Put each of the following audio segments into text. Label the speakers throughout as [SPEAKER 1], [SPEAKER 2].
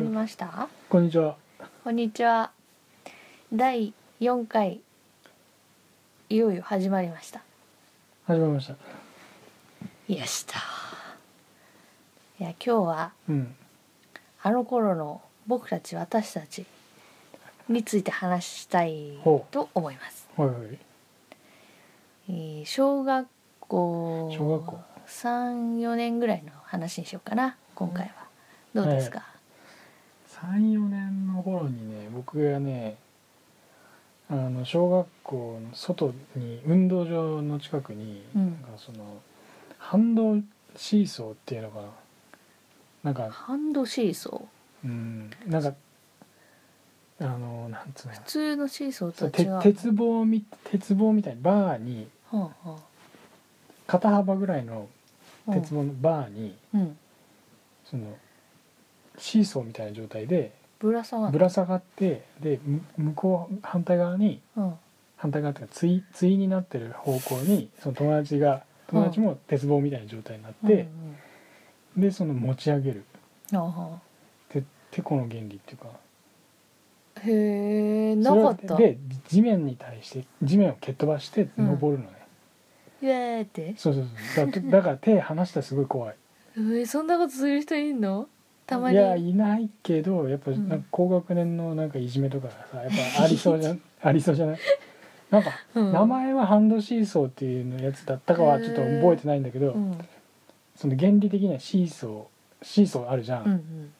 [SPEAKER 1] りました
[SPEAKER 2] こんにちは。
[SPEAKER 1] こんにちは第4回いよいよ始まりました
[SPEAKER 2] 始まりました。
[SPEAKER 1] やしたいや今日は
[SPEAKER 2] うん。
[SPEAKER 1] あの頃の僕たち私たちについて話したい
[SPEAKER 2] ほう
[SPEAKER 1] と思います、
[SPEAKER 2] はいはい。
[SPEAKER 1] えー小学校
[SPEAKER 2] 小学校
[SPEAKER 1] 34年ぐらいの話にしようかな今回はどうですか、
[SPEAKER 2] 三四年の頃にね、僕がね。あの小学校の外に運動場の近くに、
[SPEAKER 1] うん
[SPEAKER 2] なんかその。ハンドシーソーっていうのかな。なんか、
[SPEAKER 1] ハンドシーソ
[SPEAKER 2] うん、なんか。あの、なんつうの
[SPEAKER 1] ー普。通のシーソーと
[SPEAKER 2] そう
[SPEAKER 1] は
[SPEAKER 2] て
[SPEAKER 1] 違う
[SPEAKER 2] 鉄棒み、鉄棒みたいにバーに。
[SPEAKER 1] ほんほん
[SPEAKER 2] 肩幅ぐらいの
[SPEAKER 1] うん
[SPEAKER 2] 鉄棒のバーに、
[SPEAKER 1] うん
[SPEAKER 2] そのシーソーみたいな状態で
[SPEAKER 1] ぶら下が
[SPEAKER 2] ぶ
[SPEAKER 1] る
[SPEAKER 2] ら下がってでむ向こう反対側に
[SPEAKER 1] うん
[SPEAKER 2] 反対側っていうか対対になってる方向にその友達が友達も鉄棒みたいな状態になって、でその持ち上げる
[SPEAKER 1] うんうん、あ
[SPEAKER 2] ててこの原理っていうか
[SPEAKER 1] あへえなかった
[SPEAKER 2] それで地面に対して地面を蹴っ飛ばして
[SPEAKER 1] うん
[SPEAKER 2] 登るのね、
[SPEAKER 1] イエーって
[SPEAKER 2] そうそうそうだから だから手離したらすごい怖い
[SPEAKER 1] えー、そんなことする人いんのたまに
[SPEAKER 2] いやいないけどやっぱ
[SPEAKER 1] うん
[SPEAKER 2] なんか高学年のなんかいじめとかさやっぱありそう じゃんありそうじゃないなんか
[SPEAKER 1] うん
[SPEAKER 2] 名前はハンドシーソーっていうのやつだったかはちょっと覚えてないんだけど、
[SPEAKER 1] うん
[SPEAKER 2] その原理的にはシーソーシーソーあるじゃん、
[SPEAKER 1] うんうん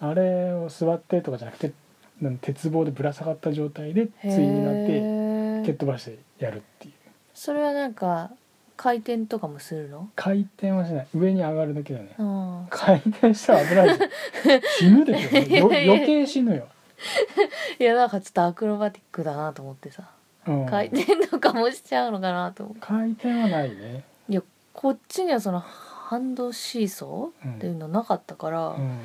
[SPEAKER 2] あれを座ってとかじゃなくてなん鉄棒でぶら下がった状態で
[SPEAKER 1] へ
[SPEAKER 2] 対
[SPEAKER 1] ー
[SPEAKER 2] になって蹴っ飛ばしてやるっていう
[SPEAKER 1] それはなんか回転とかもするの
[SPEAKER 2] 回転はしない上に上がるだけだね
[SPEAKER 1] うん
[SPEAKER 2] 回転したら危ないじゃん 死ぬでしょよ
[SPEAKER 1] いやいや
[SPEAKER 2] 余計死ぬよ、
[SPEAKER 1] いやなんかちょっとアクロバティックだなと思ってさ
[SPEAKER 2] うん、
[SPEAKER 1] 回転とかもしちゃうのかなと思う
[SPEAKER 2] 回転はないね、
[SPEAKER 1] いやこっちにはそのハンドシーソ
[SPEAKER 2] う
[SPEAKER 1] ーっていうんのなかったか
[SPEAKER 2] う
[SPEAKER 1] ら
[SPEAKER 2] ん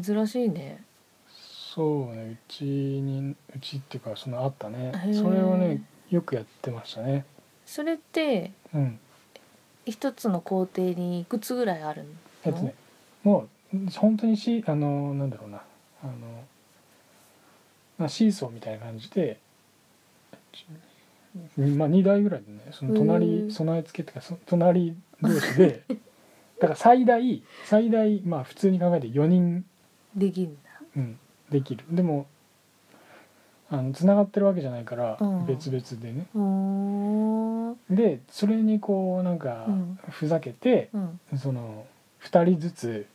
[SPEAKER 1] 珍しいね
[SPEAKER 2] そうねうちにうちっていうかそのあったね
[SPEAKER 1] へー
[SPEAKER 2] それをねよくやってましたね
[SPEAKER 1] それって
[SPEAKER 2] うん
[SPEAKER 1] 一つの工程にいくつぐらいあるの
[SPEAKER 2] えっとねもう本当にしあのなんだろうなあのまあシーソーみたいな感じで、にまあ、2台ぐらいでねその
[SPEAKER 1] へー
[SPEAKER 2] 隣備え付けっていうかそ隣同士 でだから最大最大まあ普通に考えて4人、
[SPEAKER 1] できんだ
[SPEAKER 2] うん、できるでもあの繋がってるわけじゃないから
[SPEAKER 1] うん
[SPEAKER 2] 別々でね、
[SPEAKER 1] うーんうん
[SPEAKER 2] でそれにこうなんか
[SPEAKER 1] うん
[SPEAKER 2] ふざけて、その2人ずつ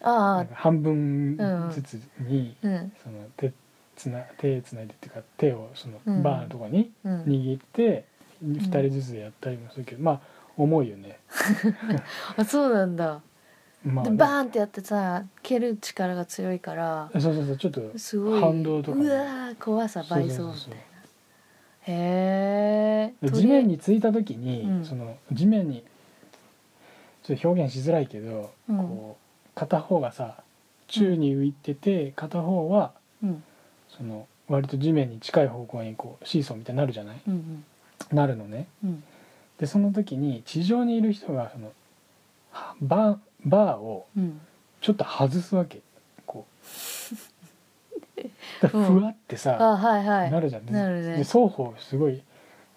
[SPEAKER 2] な
[SPEAKER 1] ああ
[SPEAKER 2] んか半分ずつに、
[SPEAKER 1] うん
[SPEAKER 2] その手つな手つないでっていうか手をその
[SPEAKER 1] うん
[SPEAKER 2] バーのとこに
[SPEAKER 1] うん
[SPEAKER 2] 握って2人ずつでやったりもするけど、まあ重いよね。
[SPEAKER 1] あそうなんだ
[SPEAKER 2] まあ、
[SPEAKER 1] でバーンってやってさ蹴る力が強いから
[SPEAKER 2] そうそうそうちょっと
[SPEAKER 1] すごい
[SPEAKER 2] 反動とかね
[SPEAKER 1] うわー怖さ倍増みたいな
[SPEAKER 2] そうそうそう
[SPEAKER 1] へえ
[SPEAKER 2] で地面についた時に、
[SPEAKER 1] うん
[SPEAKER 2] その地面にちょっと表現しづらいけど、
[SPEAKER 1] うん
[SPEAKER 2] こう片方がさ宙に浮いてて片方は
[SPEAKER 1] うん
[SPEAKER 2] その割と地面に近い方向にこうシーソーみたいになるじゃない
[SPEAKER 1] うん
[SPEAKER 2] なるのね。
[SPEAKER 1] うんうん
[SPEAKER 2] でその時に地上にいる人がそのはバーバーを
[SPEAKER 1] うん
[SPEAKER 2] ちょっと外すわけこうだから
[SPEAKER 1] うん
[SPEAKER 2] ふわってさ、
[SPEAKER 1] あはいはい
[SPEAKER 2] なるじゃん、
[SPEAKER 1] なるね
[SPEAKER 2] で双方すごい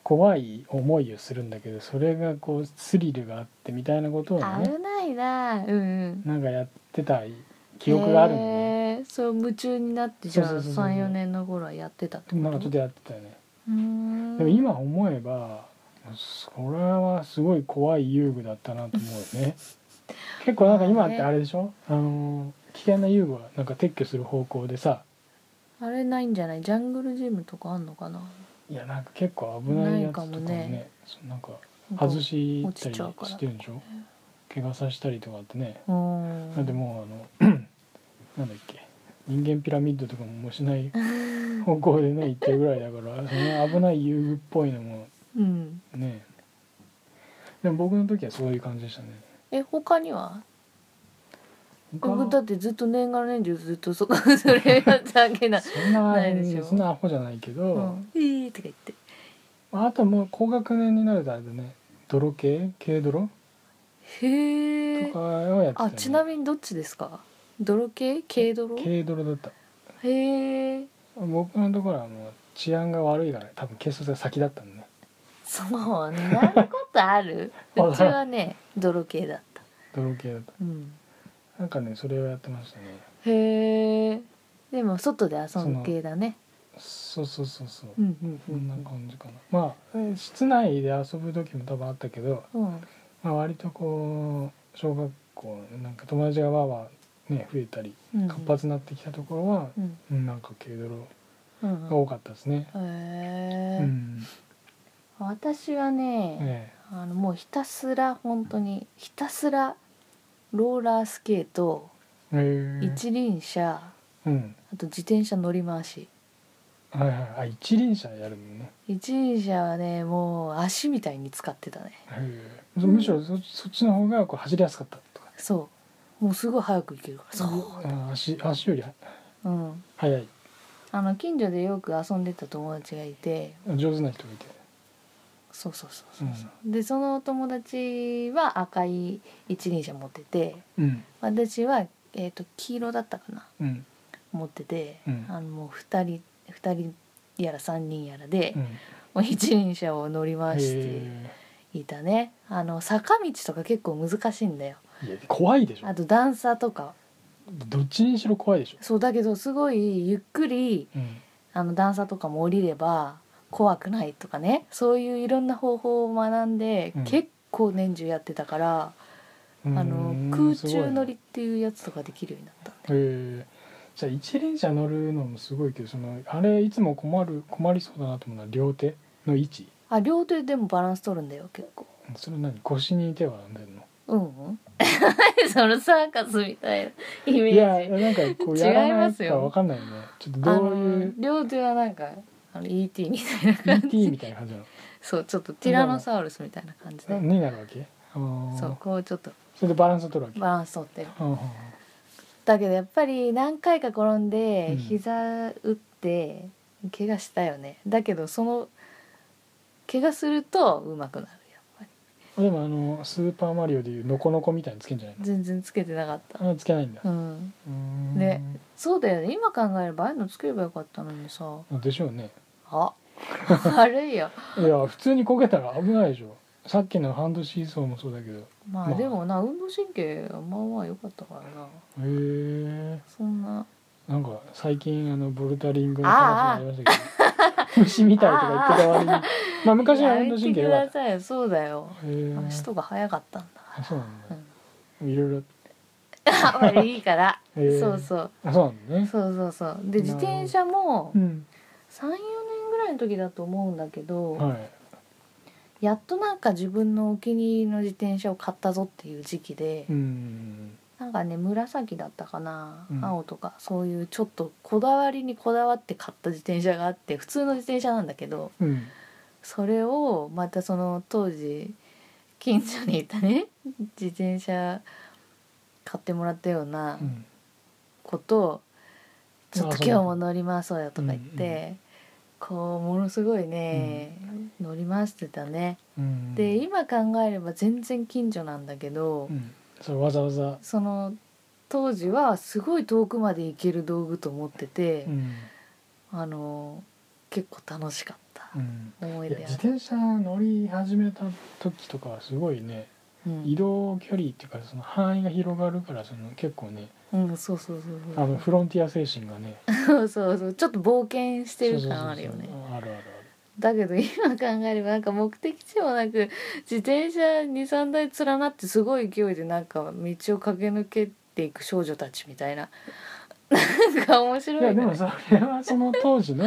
[SPEAKER 2] 怖い思いをするんだけどそれがこうスリルがあってみたいなことをね
[SPEAKER 1] 危ないなうんうん
[SPEAKER 2] なんかやってた記憶があるんだね
[SPEAKER 1] へーそう夢中になってじゃあ
[SPEAKER 2] そうそうそうそう
[SPEAKER 1] 34年の頃はやってたってこと
[SPEAKER 2] なんかちょっとやってたよね、
[SPEAKER 1] うーん
[SPEAKER 2] でも今思えばそれはすごい怖い遊具だったなと思う よね結構なんか今ってあれでしょあの危険な遊具はなんか撤去する方向でさ
[SPEAKER 1] あれないんじゃないジャングルジムとかあんのかない
[SPEAKER 2] やなんか結構危ないやつとかも
[SPEAKER 1] ないかも
[SPEAKER 2] ね
[SPEAKER 1] ね
[SPEAKER 2] そうなんか
[SPEAKER 1] なんか
[SPEAKER 2] 外した
[SPEAKER 1] 落ち
[SPEAKER 2] り
[SPEAKER 1] ちゃうから
[SPEAKER 2] してるんでしょ怪我させたりとかってね
[SPEAKER 1] うーん
[SPEAKER 2] だってもうあの なんだっけ人間ピラミッドとかももうし ない方向でね行ってるぐらいだからその危ない遊具っぽいのも
[SPEAKER 1] うん
[SPEAKER 2] ねでも僕の時はそういう感じでしたね
[SPEAKER 1] え他には僕だ
[SPEAKER 2] 他
[SPEAKER 1] ってずっと年がら年中ずっとそこそれやったわけない、
[SPEAKER 2] そんな
[SPEAKER 1] ないでしょ
[SPEAKER 2] そんなアホじゃないけど、
[SPEAKER 1] うん、いいとか言って
[SPEAKER 2] あともう高学年になるとあれだね泥系軽泥
[SPEAKER 1] へ
[SPEAKER 2] と
[SPEAKER 1] え
[SPEAKER 2] かをやってた、
[SPEAKER 1] あ
[SPEAKER 2] ね、
[SPEAKER 1] ちなみにどっちですか泥系軽泥
[SPEAKER 2] 軽泥だった
[SPEAKER 1] へえ
[SPEAKER 2] 僕のところはもう治安が悪いから多分警察が先だったんで
[SPEAKER 1] そんなことある
[SPEAKER 2] わ
[SPEAKER 1] うち
[SPEAKER 2] からん
[SPEAKER 1] はね泥系だった、
[SPEAKER 2] 泥系だった
[SPEAKER 1] うん、
[SPEAKER 2] なんかねそれをやってましたね
[SPEAKER 1] へえでも外で遊
[SPEAKER 2] そ
[SPEAKER 1] ぶ
[SPEAKER 2] の
[SPEAKER 1] 系だね
[SPEAKER 2] そうそうそうそう、
[SPEAKER 1] うんうんう
[SPEAKER 2] こんなん感じかなまあえー室内で遊ぶ時も多分あったけど、
[SPEAKER 1] うんうん
[SPEAKER 2] まあ、割とこう小学校なんか友達がわーわーね増えたり
[SPEAKER 1] うん
[SPEAKER 2] 活発になってきたところは、
[SPEAKER 1] うん
[SPEAKER 2] うん、なんか軽泥
[SPEAKER 1] うん
[SPEAKER 2] が多かったですね、う
[SPEAKER 1] へえ、
[SPEAKER 2] ん
[SPEAKER 1] 私はね、
[SPEAKER 2] え
[SPEAKER 1] あのもうひたすら本当にひたすらローラースケート、
[SPEAKER 2] えええ
[SPEAKER 1] 一輪車
[SPEAKER 2] うん
[SPEAKER 1] あと自転車乗り回し
[SPEAKER 2] はいはいあ一輪車やるのね、
[SPEAKER 1] 一輪車はねもう足みたいに使ってたね
[SPEAKER 2] ええむしろそそっちの方がこう走りやすかったとか
[SPEAKER 1] そうもうすごい早く行けるからそ
[SPEAKER 2] あ足足よりは
[SPEAKER 1] う、うん、
[SPEAKER 2] 速い
[SPEAKER 1] あの近所でよく遊んでた友達がいて
[SPEAKER 2] 上手な人がいて、
[SPEAKER 1] そうそうそうそうそう、でその友達は赤い一輪車持ってて
[SPEAKER 2] うん
[SPEAKER 1] 私は、えー、と黄色だったかな
[SPEAKER 2] うん
[SPEAKER 1] 持ってて、
[SPEAKER 2] うん
[SPEAKER 1] あのもう2人二人やら3人やらで、
[SPEAKER 2] うん、
[SPEAKER 1] もう一輪車を乗り回して
[SPEAKER 2] え
[SPEAKER 1] いたねあの坂道とか結構難しいんだよ
[SPEAKER 2] えいや怖いでしょ
[SPEAKER 1] あと段差とか
[SPEAKER 2] どっちにしろ怖いでしょ、
[SPEAKER 1] そうだけどすごいゆっくり
[SPEAKER 2] うん
[SPEAKER 1] あの段差とかも降りれば怖くないとかねそういういろんな方法を学んで、
[SPEAKER 2] うん
[SPEAKER 1] 結構年中やってたから、あ
[SPEAKER 2] う
[SPEAKER 1] の
[SPEAKER 2] ーん
[SPEAKER 1] 空
[SPEAKER 2] すご
[SPEAKER 1] 中
[SPEAKER 2] い
[SPEAKER 1] 乗
[SPEAKER 2] な
[SPEAKER 1] りっていうやつとかできるようになったんだよ
[SPEAKER 2] へえじゃあ一輪車乗るのもすごいけどそのあれいつも困る困りそうだなと思うのは両手の位置
[SPEAKER 1] あ両手でもバランス取るんだよ結構
[SPEAKER 2] それ何腰に手はあんでんの
[SPEAKER 1] うんうん そのサーカスみたいなイメ
[SPEAKER 2] いや
[SPEAKER 1] ージ
[SPEAKER 2] なんかこ う
[SPEAKER 1] 違いますよ
[SPEAKER 2] やらないか分かんないよねちょっと
[SPEAKER 1] あ
[SPEAKER 2] どうい
[SPEAKER 1] の
[SPEAKER 2] う
[SPEAKER 1] 両手はなんかあの ET みたいな感
[SPEAKER 2] ET
[SPEAKER 1] じ
[SPEAKER 2] みたいな感じな
[SPEAKER 1] そうちょっとティラノサウルスみたいな感じ
[SPEAKER 2] の
[SPEAKER 1] で
[SPEAKER 2] になるわけあー
[SPEAKER 1] そうこうちょっと
[SPEAKER 2] それでバランスを取るわけ
[SPEAKER 1] バランス取ってる
[SPEAKER 2] うんうんうん
[SPEAKER 1] だけどやっぱり何回か転ん
[SPEAKER 2] う
[SPEAKER 1] で
[SPEAKER 2] ん
[SPEAKER 1] 膝打って怪我したよねだけどその怪我すると上手くなるやっぱり
[SPEAKER 2] でもあのスーパーマリオでいうノコノコみたいにつけんじゃないの
[SPEAKER 1] 全然つけてなかった
[SPEAKER 2] あれつけないんだ
[SPEAKER 1] うん
[SPEAKER 2] うーん
[SPEAKER 1] ねそうだよね今考えればああいうのつければよかったのにさ
[SPEAKER 2] でしょうね
[SPEAKER 1] あ 悪いよ
[SPEAKER 2] いや普通にこけたら危ないでしょさっきのハンドシーソーもそうだけどへ
[SPEAKER 1] ま
[SPEAKER 2] ま
[SPEAKER 1] あ
[SPEAKER 2] あ
[SPEAKER 1] でもな運動神経まあまあ良かったからな
[SPEAKER 2] え
[SPEAKER 1] そんな
[SPEAKER 2] なんか最近あのボルダリングの話になりましたけど 虫みたいとか言ってた割にまあ昔は運動神経
[SPEAKER 1] や
[SPEAKER 2] 良か
[SPEAKER 1] め
[SPEAKER 2] って
[SPEAKER 1] く
[SPEAKER 2] た
[SPEAKER 1] ださいそうだよ
[SPEAKER 2] へえ
[SPEAKER 1] 足とか早かったんだ
[SPEAKER 2] あそうなん
[SPEAKER 1] う
[SPEAKER 2] だ
[SPEAKER 1] ん
[SPEAKER 2] いろいろ
[SPEAKER 1] あまあいいから、
[SPEAKER 2] へー
[SPEAKER 1] そうそう
[SPEAKER 2] あそうなんだね
[SPEAKER 1] そうそうそうで
[SPEAKER 2] なる
[SPEAKER 1] 自
[SPEAKER 2] ほど
[SPEAKER 1] 転車も
[SPEAKER 2] うん
[SPEAKER 1] 34年ぐらいの時だと思うんだけど、
[SPEAKER 2] はい
[SPEAKER 1] やっとなんか自分のお気に入りの自転車を買ったぞっていう時期で、
[SPEAKER 2] うん
[SPEAKER 1] なんかね紫だったかな、
[SPEAKER 2] うん
[SPEAKER 1] 青とかそういうちょっとこだわりにこだわって買った自転車があって普通の自転車なんだけど
[SPEAKER 2] うん
[SPEAKER 1] それをまたその当時近所にいたね自転車買ってもらったような
[SPEAKER 2] うん
[SPEAKER 1] ことを「ちょっ
[SPEAKER 2] あ
[SPEAKER 1] と
[SPEAKER 2] そう
[SPEAKER 1] 今日も乗り回そうよ」とか言っ
[SPEAKER 2] うん
[SPEAKER 1] て、こうものすごいね、乗り回してたね。
[SPEAKER 2] うん
[SPEAKER 1] で今考えれば全然近所なんだけど、
[SPEAKER 2] うんそれわざわざ
[SPEAKER 1] その当時はすごい遠くまで行ける道具と思ってて、
[SPEAKER 2] うん
[SPEAKER 1] あの結構楽しかった
[SPEAKER 2] うん
[SPEAKER 1] 思い
[SPEAKER 2] いや
[SPEAKER 1] 出あ
[SPEAKER 2] 自
[SPEAKER 1] る。
[SPEAKER 2] 転車乗り始めた時とかはすごいね
[SPEAKER 1] うん
[SPEAKER 2] 移動距離っていうかその範囲が広がるからその結構ね
[SPEAKER 1] うん、そうそうそう
[SPEAKER 2] あのフロンティア精神がね
[SPEAKER 1] そうそうそうちょっと冒険してる感あるよね
[SPEAKER 2] そうそうそうそうあるある
[SPEAKER 1] だけど今考えればなんか目的地もなく自転車23台連なってすごい勢いでなんか道を駆け抜けていく少女たちみたいななんか面
[SPEAKER 2] あるい
[SPEAKER 1] 白
[SPEAKER 2] や
[SPEAKER 1] い
[SPEAKER 2] で
[SPEAKER 1] ね
[SPEAKER 2] もそれはその当 時の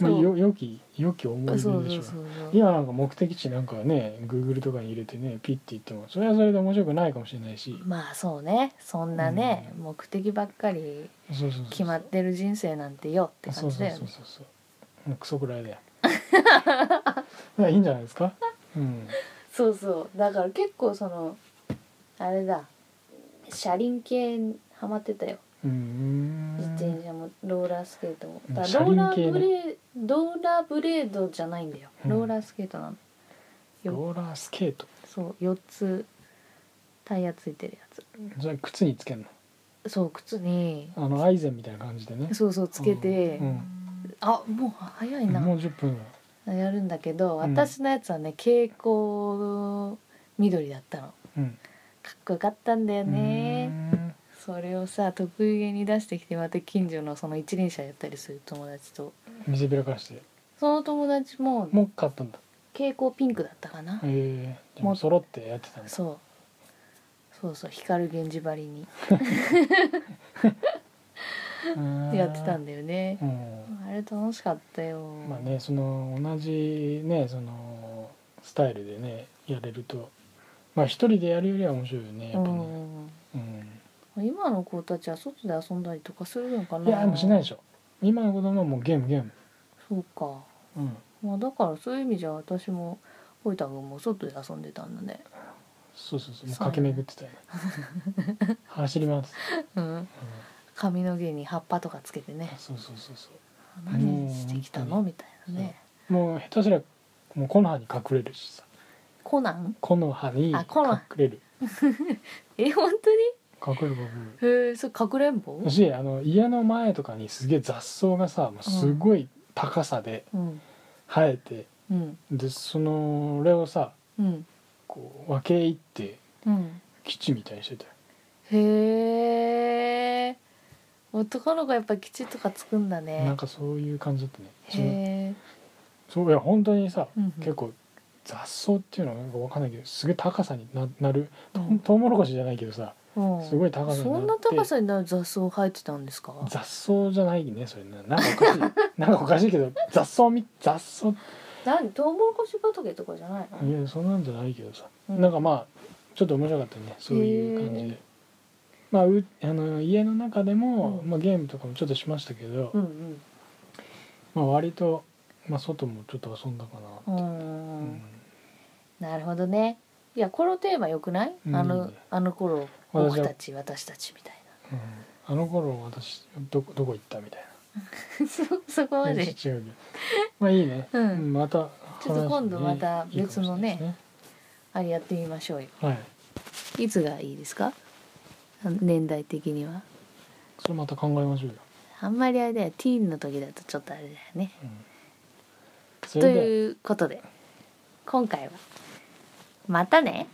[SPEAKER 2] まあ
[SPEAKER 1] そう
[SPEAKER 2] よ良き良き思い出
[SPEAKER 1] そう
[SPEAKER 2] でし
[SPEAKER 1] そ
[SPEAKER 2] ょ
[SPEAKER 1] う
[SPEAKER 2] う
[SPEAKER 1] そうそう
[SPEAKER 2] 今なんか目的地なんかね Google とかに入れてねピッて行ってもそれはそれで面白くないかもしれないし
[SPEAKER 1] まあそうねそんなね、
[SPEAKER 2] う
[SPEAKER 1] 目的ばっかり
[SPEAKER 2] そうそうそう
[SPEAKER 1] 決まってる人生なんてよって感
[SPEAKER 2] そう
[SPEAKER 1] じ
[SPEAKER 2] そ
[SPEAKER 1] だ
[SPEAKER 2] う
[SPEAKER 1] よ
[SPEAKER 2] そう
[SPEAKER 1] ね
[SPEAKER 2] そうそううんクソく らいだよまあいいんじゃないですかうん
[SPEAKER 1] そうそうだから結構そのあれだ車輪系にハマってたよ
[SPEAKER 2] うーん
[SPEAKER 1] 自転車もローラースケートも
[SPEAKER 2] うん
[SPEAKER 1] だか
[SPEAKER 2] 車
[SPEAKER 1] らロー
[SPEAKER 2] 輪
[SPEAKER 1] ラ
[SPEAKER 2] 系ね
[SPEAKER 1] ーブレー、ローラーブレードじゃないんだよ、
[SPEAKER 2] うん
[SPEAKER 1] ローラースケートなのよ
[SPEAKER 2] ローラースケート
[SPEAKER 1] そう4つタイヤついてるやつ
[SPEAKER 2] それ靴につけんの
[SPEAKER 1] そう靴に
[SPEAKER 2] あのアイゼンみたいな感じでね
[SPEAKER 1] そうそうつけて、
[SPEAKER 2] うん
[SPEAKER 1] あもう早いな、
[SPEAKER 2] もう10分
[SPEAKER 1] やるんだけど
[SPEAKER 2] うん
[SPEAKER 1] 私のやつはね蛍光緑だったのか
[SPEAKER 2] うん
[SPEAKER 1] っこよかったんだよね、
[SPEAKER 2] うん
[SPEAKER 1] それをさ得意げに出してきてまた近所のその一輪車やったりする友達と
[SPEAKER 2] 見せびらかして
[SPEAKER 1] その友達も
[SPEAKER 2] もう買ったんだ
[SPEAKER 1] 蛍光ピンクだったかな、
[SPEAKER 2] ええもう揃ってやってたんだ
[SPEAKER 1] そうそうそう光源氏張りに やってた
[SPEAKER 2] だ
[SPEAKER 1] んだよね
[SPEAKER 2] うん
[SPEAKER 1] あれ楽しかったよ、
[SPEAKER 2] まあねその同じねそのスタイルでねやれるとまあ一人でやるよりは面白いよねやっぱねうん
[SPEAKER 1] うん今の子たちは外で遊んだりとかするのかない
[SPEAKER 2] やでもしないでしょ今の子供はもうゲームゲーム
[SPEAKER 1] そうか
[SPEAKER 2] うん
[SPEAKER 1] まあだからそういう意味じゃ私もほいたくんも外で遊んでたんだね
[SPEAKER 2] そうそうそうもう
[SPEAKER 1] そうね
[SPEAKER 2] 駆け巡ってた よね走ります、
[SPEAKER 1] うん
[SPEAKER 2] う
[SPEAKER 1] 髪の毛に葉っぱとかつけて
[SPEAKER 2] ん
[SPEAKER 1] ね
[SPEAKER 2] そうそうそうそう
[SPEAKER 1] 何してきたの
[SPEAKER 2] う
[SPEAKER 1] みたいなね
[SPEAKER 2] もう下手すりゃもう木の葉に隠れるしさ
[SPEAKER 1] コナン
[SPEAKER 2] 木の葉に隠
[SPEAKER 1] あ木の葉
[SPEAKER 2] れる
[SPEAKER 1] え本当に
[SPEAKER 2] 隠れる隠
[SPEAKER 1] へえそれかくれんぼ
[SPEAKER 2] れるしあの家の前とかにすげえ雑草がさもうすごい高さで
[SPEAKER 1] うん
[SPEAKER 2] 生えて、
[SPEAKER 1] うん
[SPEAKER 2] でその俺をさ
[SPEAKER 1] うん
[SPEAKER 2] こう分け入って
[SPEAKER 1] うん
[SPEAKER 2] 基地みたいにしてたよ
[SPEAKER 1] へえ男の子やっぱ基地とかつくんだ
[SPEAKER 2] なん
[SPEAKER 1] ね
[SPEAKER 2] かそういう感じだったねそ
[SPEAKER 1] へ
[SPEAKER 2] の
[SPEAKER 1] え
[SPEAKER 2] そういや本当にさ、
[SPEAKER 1] うん
[SPEAKER 2] 結構雑草っていうのはなんか分かんないけどすげえ高さにななる
[SPEAKER 1] う
[SPEAKER 2] と
[SPEAKER 1] ん
[SPEAKER 2] トウモロコシじゃないけどさ
[SPEAKER 1] うん
[SPEAKER 2] すごい高さに
[SPEAKER 1] そ
[SPEAKER 2] なっ
[SPEAKER 1] んな
[SPEAKER 2] て
[SPEAKER 1] 高さになる雑草生えてたんですか
[SPEAKER 2] 雑草じゃないねそれねなんかおかしい なんかおかしいけど雑草み雑草い
[SPEAKER 1] 何トウモロコシ畑とかじゃないの
[SPEAKER 2] やそんなんじゃないけどさ、
[SPEAKER 1] うん
[SPEAKER 2] なんかまあちょっと面白かったねそういう感じ
[SPEAKER 1] へ
[SPEAKER 2] で。まあ、うあの家の中でも、
[SPEAKER 1] うん
[SPEAKER 2] まあ、ゲームとかもちょっとしましたけど、
[SPEAKER 1] うん
[SPEAKER 2] まあ、割と、まあ、外もちょっと遊んだか
[SPEAKER 1] う
[SPEAKER 2] な、
[SPEAKER 1] ん
[SPEAKER 2] う
[SPEAKER 1] うんんなるほどねいやこのテーマよくない
[SPEAKER 2] うん
[SPEAKER 1] あのあの頃
[SPEAKER 2] 私は
[SPEAKER 1] 僕たち私たちみたい
[SPEAKER 2] うんあの頃私どこどこ行ったみたいな
[SPEAKER 1] な そそこま
[SPEAKER 2] いや
[SPEAKER 1] で
[SPEAKER 2] ち違うけどまあいいね、
[SPEAKER 1] うん
[SPEAKER 2] また
[SPEAKER 1] ちょっと今度また
[SPEAKER 2] 話して
[SPEAKER 1] 別のね
[SPEAKER 2] いいかもし
[SPEAKER 1] あれやってみましょうよ
[SPEAKER 2] れないですねはい
[SPEAKER 1] いつがいいですかあの年代的には
[SPEAKER 2] それまた考えましょうよ、
[SPEAKER 1] あんまりあれだよティーンの時だとちょっとあれだよね
[SPEAKER 2] うん、そ
[SPEAKER 1] と
[SPEAKER 2] れで
[SPEAKER 1] いうことで今回はまたね